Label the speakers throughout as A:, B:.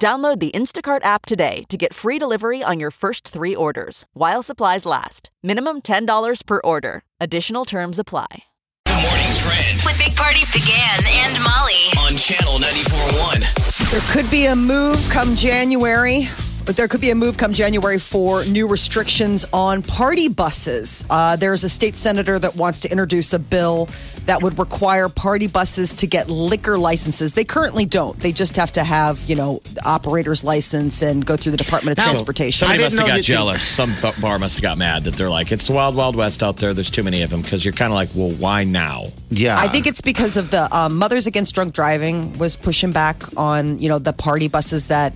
A: Download the Instacart app today to get free delivery on your first three orders while supplies last. Minimum $10 per order. Additional terms apply.
B: The morning trend
C: with Big Party began and Molly.
B: on channel 94.1.
D: There could be a move come January. There could be a move come January for new restrictions on party buses. Uh, there's a state senator that wants to introduce a bill that would require party buses to get liquor licenses. They currently don't. They just have to have, you know, operator's license and go through the Department of Transportation.
B: Somebody
E: I
B: must
E: didn't
B: have
E: know
B: got
E: that you-
B: jealous. Some b- bar must have got mad that they're like, it's the wild, wild west out there. There's too many of them because you're kind of like, well, why now?
E: Yeah.
D: I think it's because of the um, Mothers Against Drunk Driving was pushing back on, you know, the party buses that,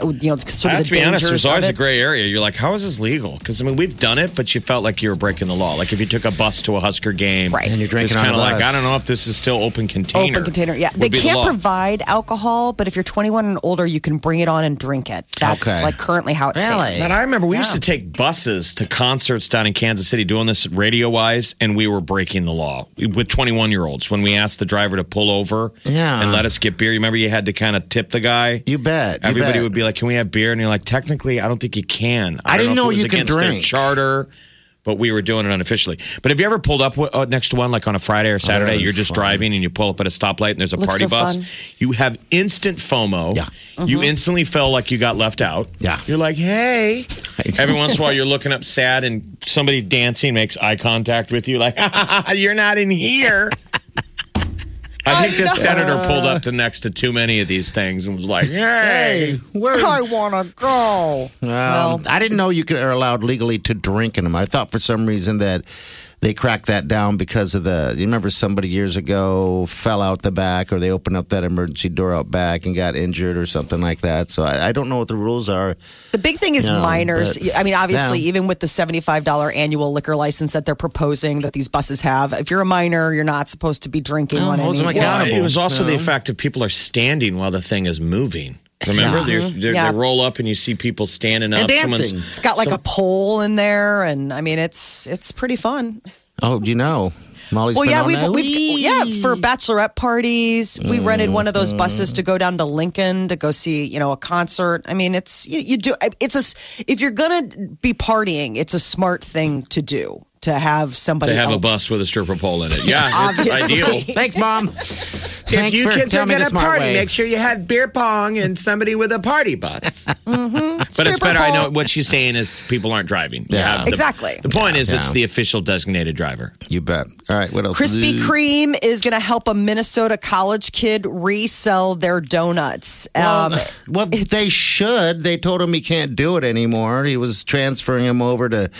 D: uh, you know, sort
B: I have
D: of the
B: to be honest,
D: dangers
B: there's
D: of
B: always a
D: it.
B: gray area. You're like, how is this legal? Because, I mean, we've done it, but you felt like you were breaking the law. Like if you took a bus to a Husker game,
D: Right. And
E: you're drinking
B: it's
E: on
B: kind of
E: the
B: like,
E: bus.
B: I don't know if this is still open container.
D: Open container, yeah.
B: would
D: They
B: be the
D: can't
B: law.
D: provide alcohol, but if you're 21 and older, you can bring it on and drink it. That's
E: Okay.
D: like currently how it
E: Really?
D: stands.
B: And I remember we used to
D: Yeah.
B: take buses to concerts down in Kansas City doing this radio wise, and we were breaking the law with 21 year olds when we asked the driver to pull over
E: Yeah.
B: and let us get beer. You remember you had to kind of tip the guy?
E: You bet. you
B: Everybody
E: bet.
B: would be like, "Can we have beer?" And you're like, "Technically, I don't think you can."
E: I didn't know
B: if it was
E: you could
B: against their
E: drink.
B: charter, but we were doing it unofficially. But have you ever pulled up with, uh, next to one like on a Friday or Saturday?
E: that'd Oh, be
B: you're just
E: fun.
B: driving and you pull up at a stoplight and there's a
D: Looks
B: party
D: so
B: bus.
D: fun. Mm-hmm.
B: You have instant FOMO.
E: Yeah.
B: You instantly feel like you got left out.
E: Yeah.
B: You're like, "Hey."
E: I know.
B: Every once in a while, you're looking up sad and somebody dancing makes eye contact with you, like, "You're not in here." I think this senator pulled up to next to too many of these things and was like, "Hey."
E: Where?
D: I want to go.
E: well, I didn't know you could are allowed legally to drink in them. I thought for some reason that they cracked that down because of the. You remember somebody years ago fell out the back, or they opened up that emergency door out back and got injured or something like that. So I, I don't know what the rules are.
D: the big thing is
E: No,
D: minors.
E: but-
D: I mean, obviously,
E: Yeah.
D: even with the $75 annual liquor license that they're proposing that these buses have, if you're a minor, you're not supposed to be drinking
E: No,
D: on
E: Oh, holds
D: any.
E: them
B: Well,
E: accountable.
B: it was also the fact that people are standing while the thing is moving. Remember, They're- they're-
D: Yeah.
B: they roll up and you see people standing up.
E: And dancing.
B: Someone's
D: It's got like a pole in there, and I mean, it's it's pretty fun.
E: Oh, you know, Molly's.
D: Well,
E: been
D: yeah,
E: on
D: we've,
E: that.
D: we've yeah for bachelorette parties, we rented one of those
B: Mm-hmm.
D: buses to go down to Lincoln to go see you know a concert. I mean, it's you, you do it's a s- if you're gonna be partying, it's a smart thing to do to have somebody
B: to have a
D: else.
B: bus with a stripper pole in it. Yeah, it's
D: Obviously.
B: ideal.
E: Thanks, mom. Thanks for telling me the smart way.
B: sure you have beer pong and somebody with a party bus. But it's
D: Stripper
B: better. I know
D: pole.
B: what she's saying is people aren't driving. You
E: Yeah.
B: have the-
D: Exactly.
B: The point is, it's
E: Yeah.
B: the official designated driver.
E: You bet. All right, what else?
D: Krispy
E: Ooh.
D: Kreme is going to help a Minnesota college kid resell their donuts. Um,
E: Well, they should. They told him he can't do it anymore. He was transferring him over to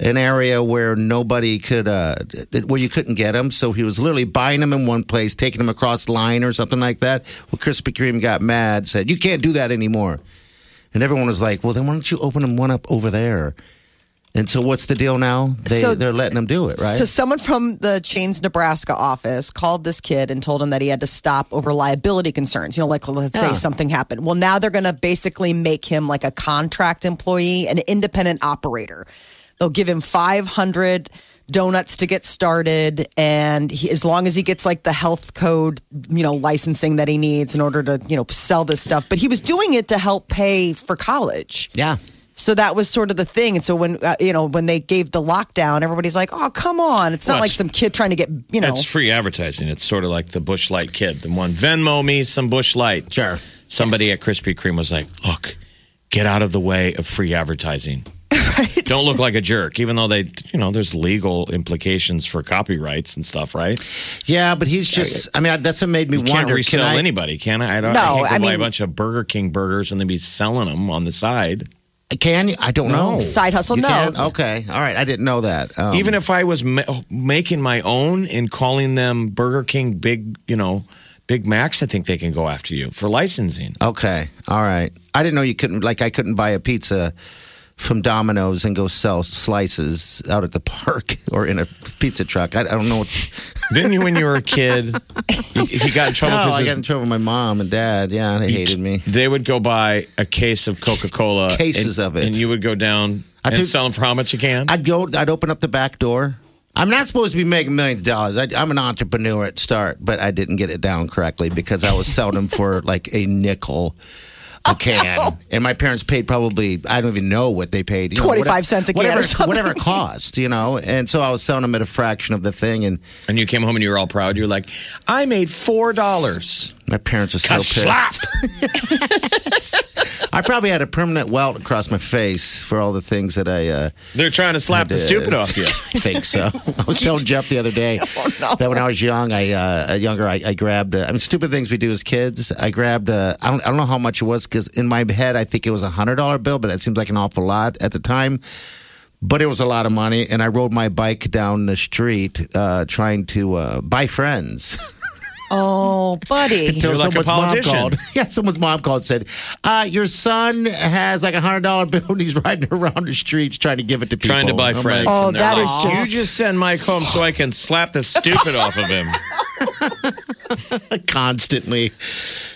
E: an area where nobody could, uh, where you couldn't get him. So he was literally buying him in one place, taking him across line or something like that. Well, Krispy Kreme got mad, said, "You can't do that anymore." And everyone was like, "Well, then why don't you open him one up over there?" And so, what's the deal now? They,
D: So-
E: they're letting him do it, right?
D: So someone from the Chains Nebraska office called this kid and told him that he had to stop over liability concerns. You know, like let's say
E: Yeah.
D: something happened. Well, now they're going to basically make him like a contract employee, an independent operator. They'll give him 500 donuts to get started and he, as long as he gets like the health code, you know, licensing that he needs in order to, you know, sell this stuff. But he was doing it to help pay for college.
E: yeah.
D: So that was sort of the thing. And so when uh, you know when they gave the lockdown, everybody's like, "Oh, come on!" It's not
B: Well,
D: like
B: it's-
D: some kid trying to get you know.
B: It's free advertising. It's sort of like the Bush Light kid. The one Venmo me some Bush Light.
E: Sure.
B: Somebody at Krispy Kreme was like, "Look, get out of the way of free advertising. Don't look like a jerk." Even though they, you know, there's legal implications for copyrights and stuff, right?
E: Yeah, but he's just, I mean, that's what made me
B: You can't
E: wonder.
B: resell
E: can I,
B: anybody, can I? I don't.
D: No,
B: I can't go
D: I
B: buy a
D: mean-
B: bunch of Burger King burgers and then be selling them on the side.
E: Can you? I don't know.
D: Side hustle?
E: You
D: No.
E: can? Okay. All right. I didn't know that. Um,
B: Even if I was ma- making my own and calling them Burger King big, you know, Big Macs, I think they can go after you for licensing.
E: Okay. All right. I didn't know you couldn't like I couldn't buy a pizza from Domino's and go sell slices out at the park or in a pizza truck. I, I don't know. What,
B: Didn't you when you were a kid? You, you got in trouble
E: no,
B: because
E: Oh, I got in trouble with my mom and dad. Yeah, they hated me.
B: They would go buy a case of Coca Cola,
E: Cases of it.
B: and you would go down
E: I
B: and
E: took-
B: sell them for how much you can.
E: I'd go. I'd open up the back door. I'm not supposed to be making millions of dollars. I, I'm an entrepreneur at start, but I didn't get it down correctly because I was selling them for like a nickel a can,
D: Oh.
E: and my parents paid probably I don't even know what they paid. you know,
D: 25 cents a can
E: whatever,
D: or something.
E: whatever it cost, you know. And so I was selling them at a fraction of the thing, and
B: and you came home and you were all proud. You were like, "I made four dollars."
E: my parents were so pissed. I probably had a permanent welt across my face for all the things that I. Uh,
B: They're trying to slap the stupid off you.
E: think so. I was telling Jeff the other day
B: Oh,
E: that when I was young, I uh, younger, I, I grabbed. Uh, I mean, stupid things we do as kids. I grabbed. Uh, I don't. I don't know how much it was because in my head, I think it was a hundred dollar bill, but it seems like an awful lot at the time. But it was a lot of money, and I rode my bike down the street uh, trying to uh, buy friends.
D: Oh, buddy.
E: Till
B: You're like a politician.
E: mom called. Yeah, someone's mom called and said, uh, "Your son has like a hundred dollar bill, and he's riding around the streets trying to give it to people,
B: Trying to buy
E: I'm like,
B: Frank's.
D: Oh,
B: and they're
D: that
B: like,
D: is just-
B: You just send Mike home so I can slap the stupid off of him.
E: constantly."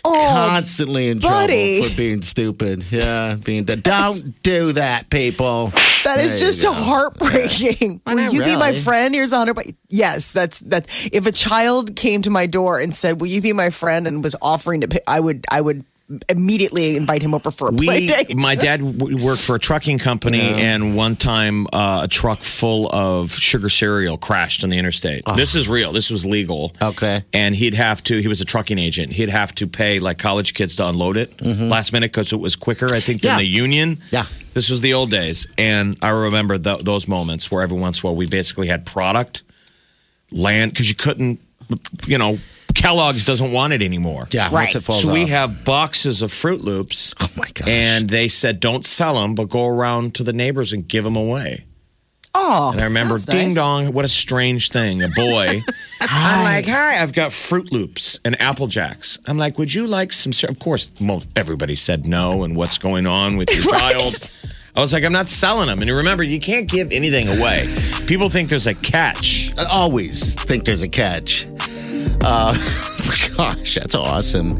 D: Oh,
E: constantly in
D: buddy.
E: trouble for being stupid. Yeah, being d- don't do that, people.
D: that is
E: There you
D: just
E: go.
D: heartbreaking.
E: Why
D: Will
E: not
D: you be my
E: really?
D: friend? Here's a hundred. bu- Yes, that's that. If a child came to my door and said, "Will you be my friend?" and was offering to, pay, I would, I would immediately invite him over for a play
B: we,
D: date.
B: my dad w- worked for a trucking company, and one time uh, a truck full of sugar cereal crashed on the interstate. This is real. This was legal.
E: Okay.
B: And he'd have to. He was a trucking agent. He'd have to pay like college kids to unload it last minute because it was quicker, I think, than
E: Mm-hmm. Yeah.
B: the union.
E: Yeah.
B: This was the old days, and I remember th- those moments where every once in a while we basically had product land because you couldn't, you know, Kellogg's doesn't want it anymore.
E: Yeah, once it falls
B: So we
E: off.
B: have boxes of Fruit Loops.
E: Oh my gosh.
B: And they said, don't sell them, but go around to the neighbors and give them away.
D: Oh,
B: And I remember,
D: that's
B: ding
D: nice.
B: dong, what a strange thing. A boy. I'm like, hi, I've got Fruit Loops and Apple Jacks. I'm like, would you like some? Cer-? Of course, most, everybody said no. And what's going on with your
D: Right.
B: child? I was like, I'm not selling them. And remember, you can't give anything away. People think there's a catch.
E: I always think there's a catch. Uh, gosh, that's awesome.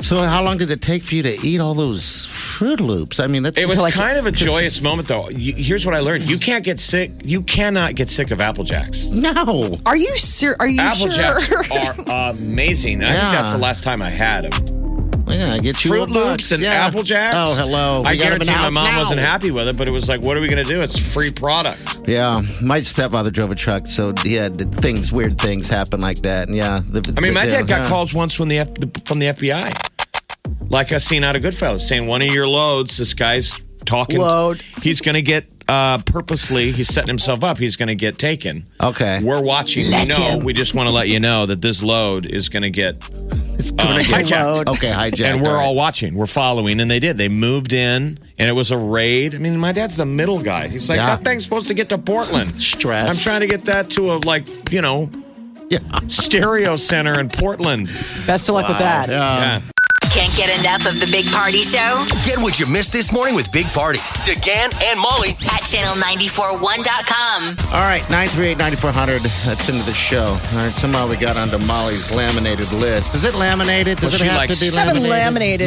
E: So, how long did it take for you to eat all those Fruit Loops? I mean, that's
B: It was
D: Like-
B: kind of a joyous moment, though. You, here's what I learned: you can't get sick. You cannot get sick of Apple Jacks.
E: no.
D: Are you ser- Are you
B: Apple
D: sure?
B: Jacks are amazing. I think
E: Yeah.
B: that's the last time I had them.
E: Yeah, get you a
B: Fruit Loops
E: box.
B: and
E: Yeah.
B: Apple Jacks.
E: Oh, hello.
B: I
E: We got 'em
B: guarantee my
E: announced
B: mom
E: now.
B: wasn't happy with it, but it was like, what are we going to do? It's free product.
E: Yeah, my stepfather drove a truck, so he had things, weird things happen like that. And yeah, the,
B: I mean, my
E: yeah,
B: dad got
E: huh.
B: calls once from the, F- the from the FBI, like I seen out of Goodfellas, saying one of your loads, this guy's talking.
D: Load.
B: He's going to get uh, purposely. He's setting himself up. He's going to get taken.
E: Okay,
B: We're watching.
D: Let
B: we know.
D: him.
B: We just want to let you know that this load is going to get uh,
E: it's gonna get
B: hijacked.
E: okay hijacked,
B: and we're
E: right.
B: all watching. We're following, and they did. They moved in, and it was a raid. I mean, my dad's the middle guy. He's like,
E: Yeah.
B: that thing's supposed to get to Portland.
E: Stress.
B: I'm trying to get that to a like, you know,
E: Yeah.
B: stereo center in Portland.
D: Best of luck with that.
E: Um,
B: Yeah.
C: Can't get enough of the Big Party Show
F: Get what you missed this morning with Big Party, DeGan and Molly.
C: at channel941.com.
E: All right, 938 9400. That's into the show. All right, somehow we got onto Molly's laminated list. Is it laminated? Does
B: Well,
E: it
B: she
E: have
B: likes-
E: to be
B: I
D: haven't
E: laminated?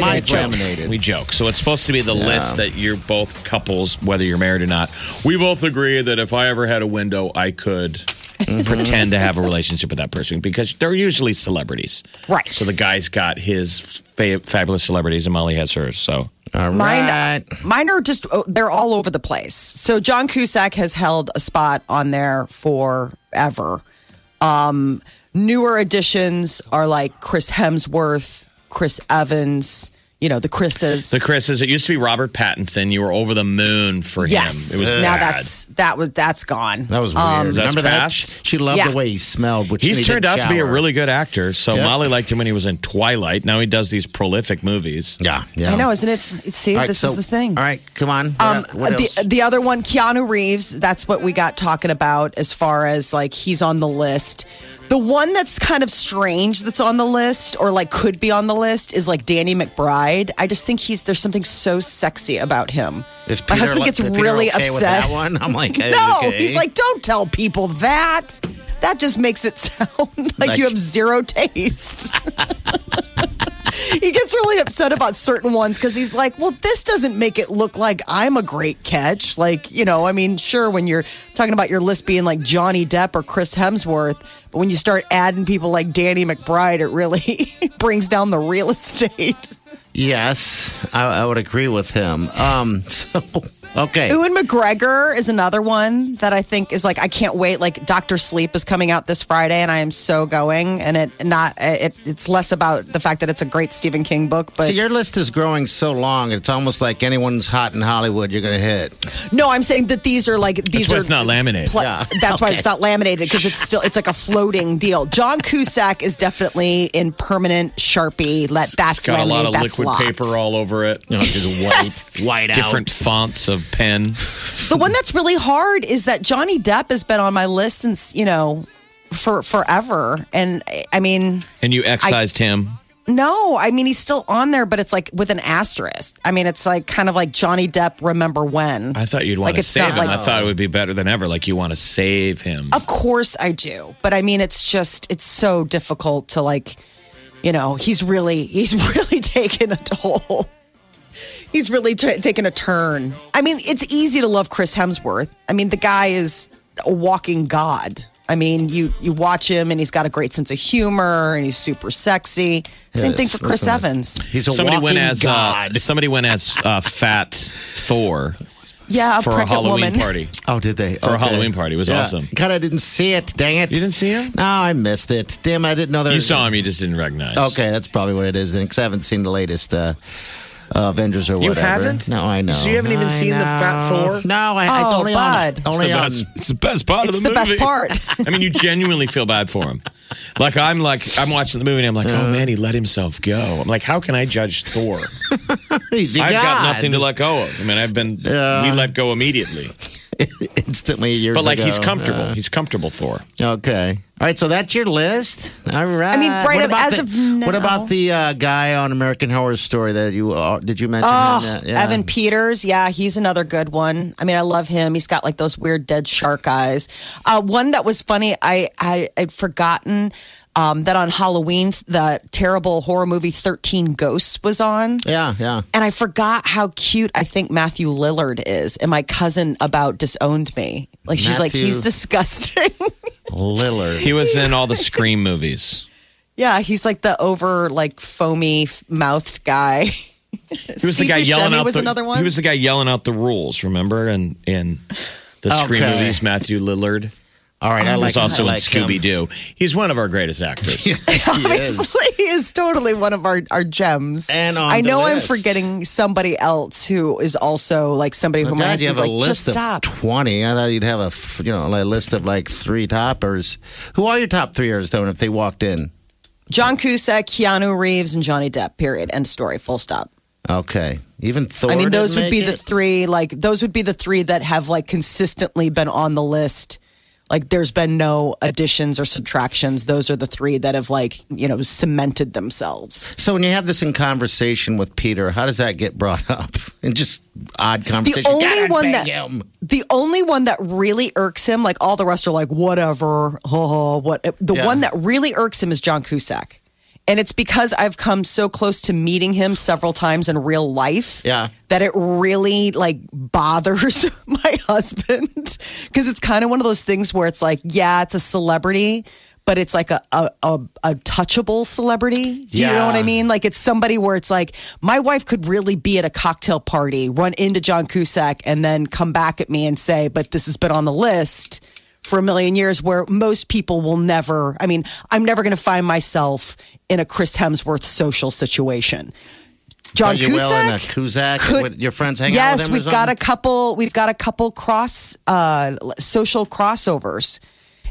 D: laminated
E: Mine's
D: it.
E: laminated.
B: We joke. So it's supposed to be the list that you're both couples, whether you're married or not. We both agree that if I ever had a window, I could
E: Mm-hmm.
B: pretend to have a relationship with that person because they're usually celebrities.
D: Right.
B: So the guy's got his fa- fabulous celebrities, and Molly has hers. So
E: All
D: Mine,
E: right.
D: mine are just oh, they're all over the place. So John Cusack has held a spot on there forever. Um, newer additions are like Chris Hemsworth, Chris Evans, you know, the Chris's.
B: The Chris is it used to be Robert Pattinson. You were over the moon for
D: yes.
B: him. It was
D: now
B: bad.
D: that's that was that's gone.
E: That was weird.
B: That's
E: Remember that?
B: past?
E: She, she loved
D: um, Yeah.
E: the way he smelled. Which
B: He's
E: made it
B: turned out to be a
E: shower.
B: really good actor. So
E: Yeah.
B: Molly liked him when he was in Twilight. Now he does these prolific movies.
E: yeah. Yeah.
D: I know, isn't it? See,
E: All right,
D: this
E: so-
D: is the thing.
E: All right, come on.
D: Um,
E: What- what
D: the
E: else?
D: the other one, Keanu Reeves. That's what we got talking about as far as like he's on the list. The one that's kind of strange that's on the list or like could be on the list is like Danny McBride. I just think he's there's something so sexy about him.
E: Is
D: My
E: Peter
D: husband
E: li-
D: gets
E: is Peter
D: really
E: okay with
D: upset.
E: that one? I'm like,
D: No,
E: okay.
D: he's like, don't tell people that. That just makes it sound like,
E: Like-
D: you have zero taste. he gets really upset about certain ones because he's like, well, this doesn't make it look like I'm a great catch. Like, you know, I mean, sure, when you're talking about your list being like Johnny Depp or Chris Hemsworth, but when you start adding people like Danny McBride, it really brings down the real estate.
E: yes, I, I would agree with him. Um, so okay,
D: Ewan McGregor is another one that I think is like I can't wait. Like Doctor Sleep is coming out this Friday, and I am so going. And it not it, it's less about the fact that it's a great Stephen King book, but
E: so your list is growing so long, it's almost like anyone's hot in Hollywood, you're gonna hit.
D: no, I'm saying that these are like these
B: why
D: are
B: it's not laminated.
E: Yeah.
D: That's why
E: Okay.
D: it's not laminated because it's still it's like a floating deal. John Cusack is definitely in permanent Sharpie. Let that's
B: it's got a lot
D: laminated,
B: of
D: that's
B: liquid
D: locked.
B: paper all over it.
E: You know, just white, white
B: Different
E: out.
B: fonts of pen.
D: The one that's really hard is that Johnny Depp has been on my list since you know for forever, and I mean.
B: And you excised him.
D: No, I mean he's still on there, but it's like with an asterisk. I mean, it's like kind of like Johnny Depp. Remember when?
B: I thought you'd want
D: Like,
B: to
D: it's
B: save
D: not
B: him.
D: like-
B: I thought it would be better than ever. Like you want to save him.
D: of course I do, but I mean it's just it's so difficult to like, you know, he's really he's really taken a toll. He's really t- taken a turn. I mean, it's easy to love Chris Hemsworth. I mean, the guy is a walking god. I mean, you you watch him and he's got a great sense of humor and he's super sexy. Same thing for
E: Yes,
D: Chris
E: listen.
D: Evans.
E: He's a
B: somebody
E: walking
B: went as
E: god.
B: Uh, somebody went as uh, fat Thor
D: Yeah, a
B: for a
D: pregnant
B: Halloween
D: woman.
B: party.
E: Oh, did they?
B: For a Halloween party. It was awesome.
E: God, I didn't see it. Dang it.
B: You didn't see him?
E: No, I missed it. Damn, I didn't know there
B: You
E: was-
B: saw him, you just didn't recognize.
E: Okay, that's probably what it is then, because I haven't seen the latest uh, uh, Avengers or
B: You
E: whatever.
B: haven't?
E: No, I know.
B: So you haven't even
E: I
B: seen the Fat
E: know.
B: Thor?
E: No, I, I
D: Oh,
E: only
D: bud.
E: on
B: It's
E: only
B: the,
E: on.
B: best, it's the best part
D: It's
B: of the,
D: the best
B: movie.
D: part.
B: I mean, you genuinely feel bad for him. Like I'm like I'm watching the movie and I'm like, oh man, he let himself go. I'm like, how can I judge Thor?
E: He's a
B: I've got
E: god.
B: nothing to let go of. I mean, I've been we let go immediately.
E: Instantly, years
B: But like he's
E: ago.
B: comfortable.
E: Uh,
B: he's comfortable Thor.
E: okay. All right, so that's your list. All right.
D: mean, right
E: What
D: of-
E: about
D: as
E: the,
D: of now-
E: What about the uh, guy on American Horror Story that you uh, did you mention? him?
D: Oh,
E: Yeah.
D: Evan Peters, yeah, he's another good one. I mean, I love him. He's got like those weird dead shark eyes. Uh, one that was funny, I, I I'd forgotten um, that on Halloween, the terrible horror movie Thirteen Ghosts was on.
E: Yeah, yeah.
D: And I forgot how cute I think Matthew Lillard is. And my cousin about disowned me. Like she's like,
E: Matthew-
D: he's disgusting.
E: Lillard.
B: He was in all the Scream movies.
D: yeah, he's like the over like foamy mouthed guy.
B: He was the guy yelling out
D: was
B: the,
D: another one.
B: He was the guy yelling out the rules, remember? And in the Scream
E: Okay.
B: movies, Matthew Lillard.
E: All right, I
B: He
E: like
B: was also
E: I
B: in
E: like
B: Scooby Doo. He's one of our greatest actors.
D: obviously he is totally one of our, our gems.
E: And on
D: I
E: the
D: know I'm
E: list.
D: forgetting somebody else who is also like somebody who my
E: God, you
D: husband's
E: have a
D: like,
E: list
D: just
E: of
D: stop.
E: twenty. I thought you'd have a f- you know like, a list of like three toppers. Who are your top threeers though? If they walked in,
D: John Cusack, Keanu Reeves, and Johnny Depp, period. End story, full stop.
E: okay, even Thor.
D: I mean,
E: didn't
D: those would
E: make
D: be
E: it?
D: the three, like, those would be the three that have like consistently been on the list. Like, there's been no additions or subtractions. Those are the three that have, like, you know, cemented themselves.
E: So when you have this in conversation with Peter, how does that get brought up? In just odd conversation.
D: only
E: God,
D: one
E: dang
D: that-
E: him.
D: The only one that really irks him, like all the rest are like, whatever, oh, what. The
E: Yeah.
D: one that really irks him is John Cusack. And it's because I've come so close to meeting him several times in real life
E: Yeah.
D: that it really like bothers my husband. Because it's kind of one of those things where it's like, yeah, it's a celebrity, but it's like a, a, a, a touchable celebrity. Do you know what I
E: Yeah.
D: mean? mean? Like it's somebody where it's like my wife could really be at a cocktail party, run into John Cusack, and then come back at me and say, "But this has been on the list for a million years." Where most people will never. I mean, I'm never going to find myself in a Chris Hemsworth social situation. John
E: But you will in a
D: Cusack.
E: Cusack
D: Could-
E: with your friends hang out with
D: yes,
E: him or
D: we've got a
E: something?
D: couple. We've got a couple cross uh, social crossovers,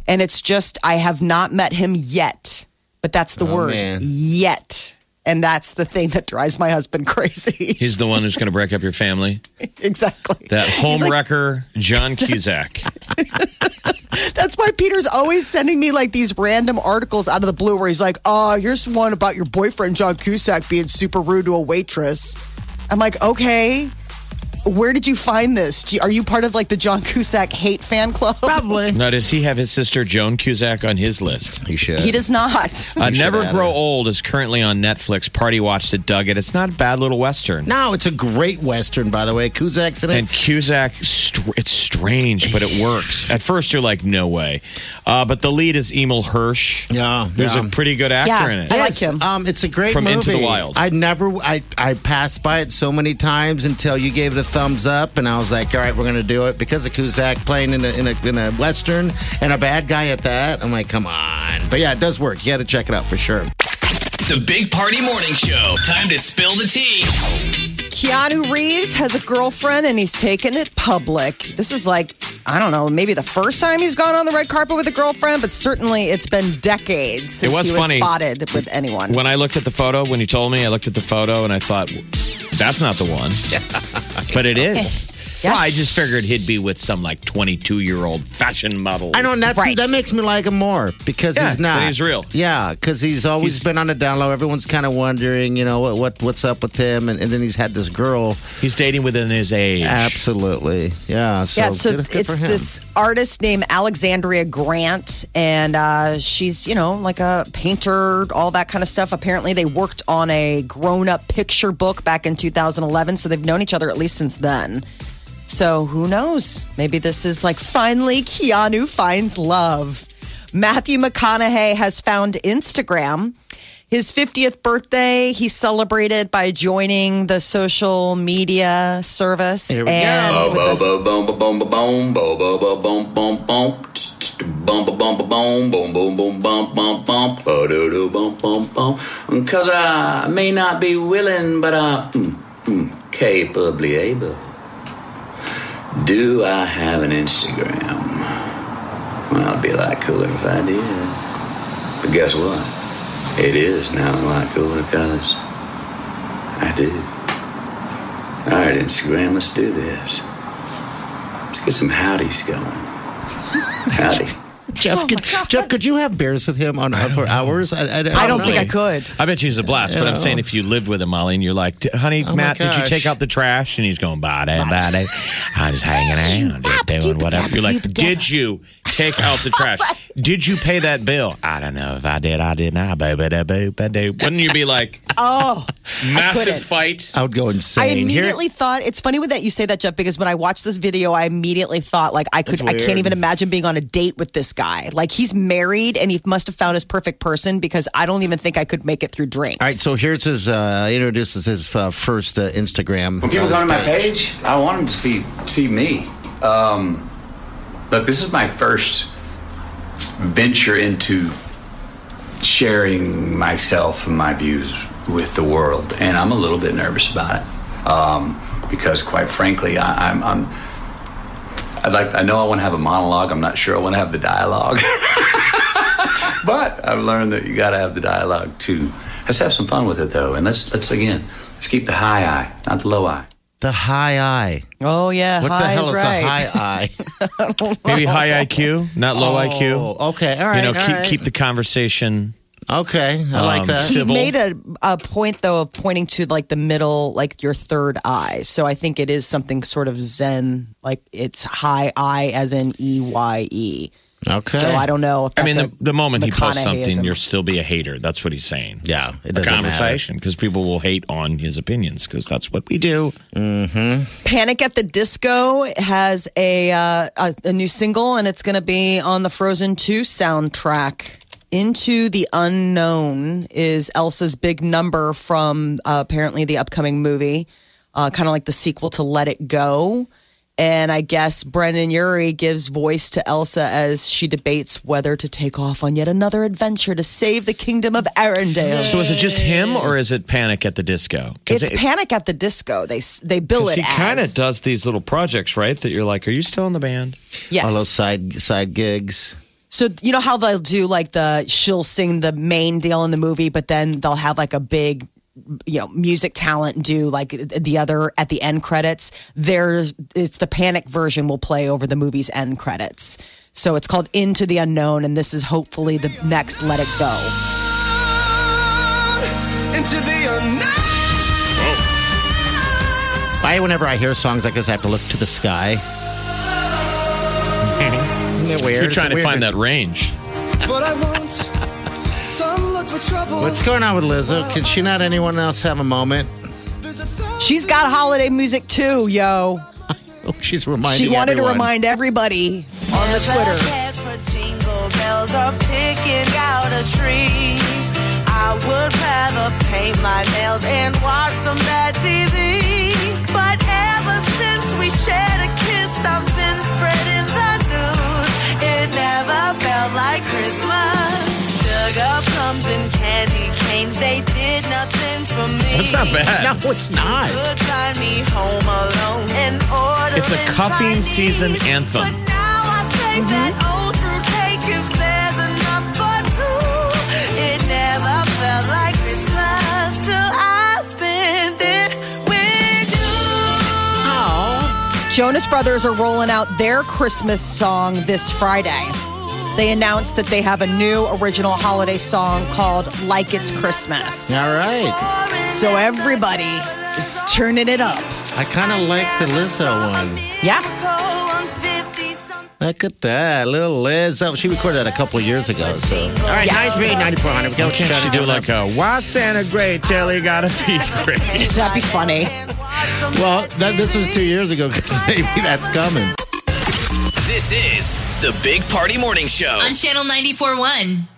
D: and it's just I have not met him yet. But that's the
E: Oh,
D: word
E: man.
D: yet, and that's the thing that drives my husband crazy.
B: He's the one who's going to break up your family.
D: exactly.
B: That
D: He's
B: home
D: like,
B: wrecker, John Cusack.
D: That's why Peter's always sending me like these random articles out of the blue where he's like, "Oh, here's one about your boyfriend John Cusack being super rude to a waitress." I'm like, "Okay, where did you find this? Do you- Are you part of like the John Cusack hate fan club?"
E: Probably.
B: now, does he have his sister Joan Cusack on his list?
E: He should.
D: He does not.
B: Uh,
E: should
B: Never
E: add
B: Grow
E: her.
B: Old is currently on Netflix. Party watched it, dug it. It's not a bad little Western.
E: No, it's a great Western, by the way. Cusack's in it.
B: And Cusack, str- it's strange, but it works. At first, you're like, no way. Uh, but the lead is Emil Hirsch.
E: Yeah,
B: There's
E: yeah.
B: a pretty good actor
D: Yeah.
B: in it.
D: I like him.
E: Um, it's a great
B: From Into
E: movie.
B: the Wild.
E: I never, I, I passed by it so many times until you gave it a thumbs up, and I was like, all right, we're gonna do it because of Kuzak playing in a, in a in a western and a bad guy at that. I'm like, come on. But yeah, it does work. You got to check it out for sure.
G: The Big Party Morning Show. Time to spill the tea.
D: Keanu Reeves has a girlfriend and he's taken it public. This is like, I don't know, maybe the first time he's gone on the red carpet with a girlfriend, but certainly it's been decades since
B: It was
D: he was
B: funny.
D: spotted with anyone.
B: When I looked at the photo, when you told me, I looked at the photo and I thought, that's not the one. but it is. Well, I just figured he'd be with some like 22 year old fashion model.
E: I know, and that's,
D: Right.
E: that makes me like him more because
B: Yeah,
E: he's not.
B: that he's real.
E: Yeah, because he's always
B: He's-
E: been on the down low. Everyone's kind of wondering, you know, what, what what's up with him, and, and then he's had this girl.
B: He's dating within his age.
E: Absolutely, yeah. So
D: yeah, so
E: good- good for
D: it's
E: him.
D: this artist named Alexandria Grant, and uh, she's, you know, like a painter, all that kind of stuff. Apparently, they worked on a grown up picture book back in 2011, so they've known each other at least since then. So who knows? Maybe this is like finally Keanu finds love. Matthew McConaughey has found Instagram. His 50th birthday, he celebrated by joining the social media service.
E: Here we
D: and
E: go.
D: with a-
H: Because I may not be willing, but I'm capably able. Do I have an Instagram? Well, I'd be a lot cooler if I did. But guess what? It is now a lot cooler because I do. All right, Instagram, let's do this. Let's get some howdies going. Howdy.
E: Jeff, could, Jeff, could you have beers with him on for hours? I, I,
D: I don't think I could.
B: I bet you he's a blast, but I'm
E: Yeah.
B: saying if you lived with him, Molly, and you're like, "D- honey,
E: Oh my
B: Matt, did you
E: gosh.
B: take out the trash? And he's going, body, body. I'm just hanging out, just doing whatever. You're like, did you take out the trash? Did you pay that bill? I don't know if I did. I did not. Baby, da, boo, ba, do. Wouldn't you be like,
D: Oh,
B: massive
D: couldn't.
B: fight?
E: I would go insane.
D: I
E: Here-
D: immediately thought it's funny that you say that, Jeff, because when I watched this video, I immediately thought like I could,
E: That's
D: I can't
E: weird.
D: even imagine being on a date with this guy. Like he's married and he must have found his perfect person because I don't even think I could make it through drinks.
E: all right, so here's his. Uh, introduces his uh, first uh, Instagram.
H: When people go to my page, I want them to see see me. Um, look, this is my first venture into sharing myself and my views with the world, and I'm a little bit nervous about it um, because, quite frankly, I, I'm. I'm I'd like. I know I want to have a monologue. I'm not sure I want to have the dialogue. but I've learned that you got to have the dialogue too. Let's have some fun with it though, and let's let's again let's keep the high eye, not the low eye.
E: The high eye.
D: oh yeah,
E: What the
D: hi
E: hell is
D: right.
E: a high eye?
B: Maybe high IQ, not low IQ.
E: Oh, okay, all right.
B: you know,
E: all
B: keep,
E: right.
B: keep the conversation.
E: Okay, I like
B: Um,
E: that.
D: He
B: Civil.
D: made a, a point though of pointing to like the middle, like your third eye. So I think it is something sort of Zen, like it's high I as in E Y E.
E: Okay.
D: So I don't know. If
B: I
D: that's
B: mean, the,
D: a
B: the moment he posts something,
D: McConaugheyism.
B: you'll still be a hater. That's what he's saying.
E: Yeah, it
B: A
E: doesn't
B: conversation because people will hate on his opinions because that's what we do.
D: Panic at the Disco has a uh, a, a new single, and it's going to be on the Frozen Two soundtrack. Into the unknown is Elsa's big number from uh, apparently the upcoming movie, uh, kind of like the sequel to Let It Go. And I guess Brendan Urie gives voice to Elsa as she debates whether to take off on yet another adventure to save the kingdom of Arendelle.
B: So is it just him or is it Panic at the Disco? 'Cause
D: It's
B: it-
D: Panic at the Disco. They s- they bill
B: 'cause
D: it
B: he kind of
D: as
B: does these little projects, right? That you're like, are you still in the band?
D: yes.
E: All those side side gigs.
D: So you know how they'll do like the she'll sing the main deal in the movie, but then they'll have like a big you know music talent do like the other at the end credits. There's it's the panic version will play over the movie's end credits. So it's called Into the Unknown, and this is hopefully the next Let It Go.
I: Into the unknown.
E: I whenever I hear songs like this, I have to look to the sky. Isn't it weird?
B: You're trying
E: It's
B: to
E: weird
B: find that range.
I: But I want some look for trouble.
E: What's going on with Lizzo? Can she not anyone else have a moment?
I: There's a thousand
D: She's got holiday music too, yo.
E: Oh, she's reminding.
D: She wanted
E: everyone.
D: to remind everybody on the Twitter.
J: Jingle bells are picking out a tree. I would rather paint my nails and watch some bad TV. But ever since we shared a kiss, I've been spreading the news. It never felt like Christmas. Sugar plums and candy canes, they did nothing for me.
B: That's not bad.
E: No, it's not.
J: Could find me home alone and ordering
B: It's a cuffing
J: Chinese.
B: season anthem. Mm-hmm.
J: But now I say that old fruitcake is there's enough for two. It never felt like Christmas till I spent it with you.
D: Jonas Brothers are rolling out their Christmas song this Friday. They announced that they have a new original holiday song called Like It's Christmas.
E: All right,
D: So everybody is turning it up.
E: I kind of like the Lizzo one.
D: Yeah.
E: Look at that, little Lizzo. She recorded that a couple of years ago. So all right, nice meeting 9400. Go
B: Can't she do like a why Santa great till he gotta be great?
D: That'd be funny.
E: Well, that, this was two years ago because maybe that's coming.
G: This is the Big Party Morning Show.
C: On Channel 94.1.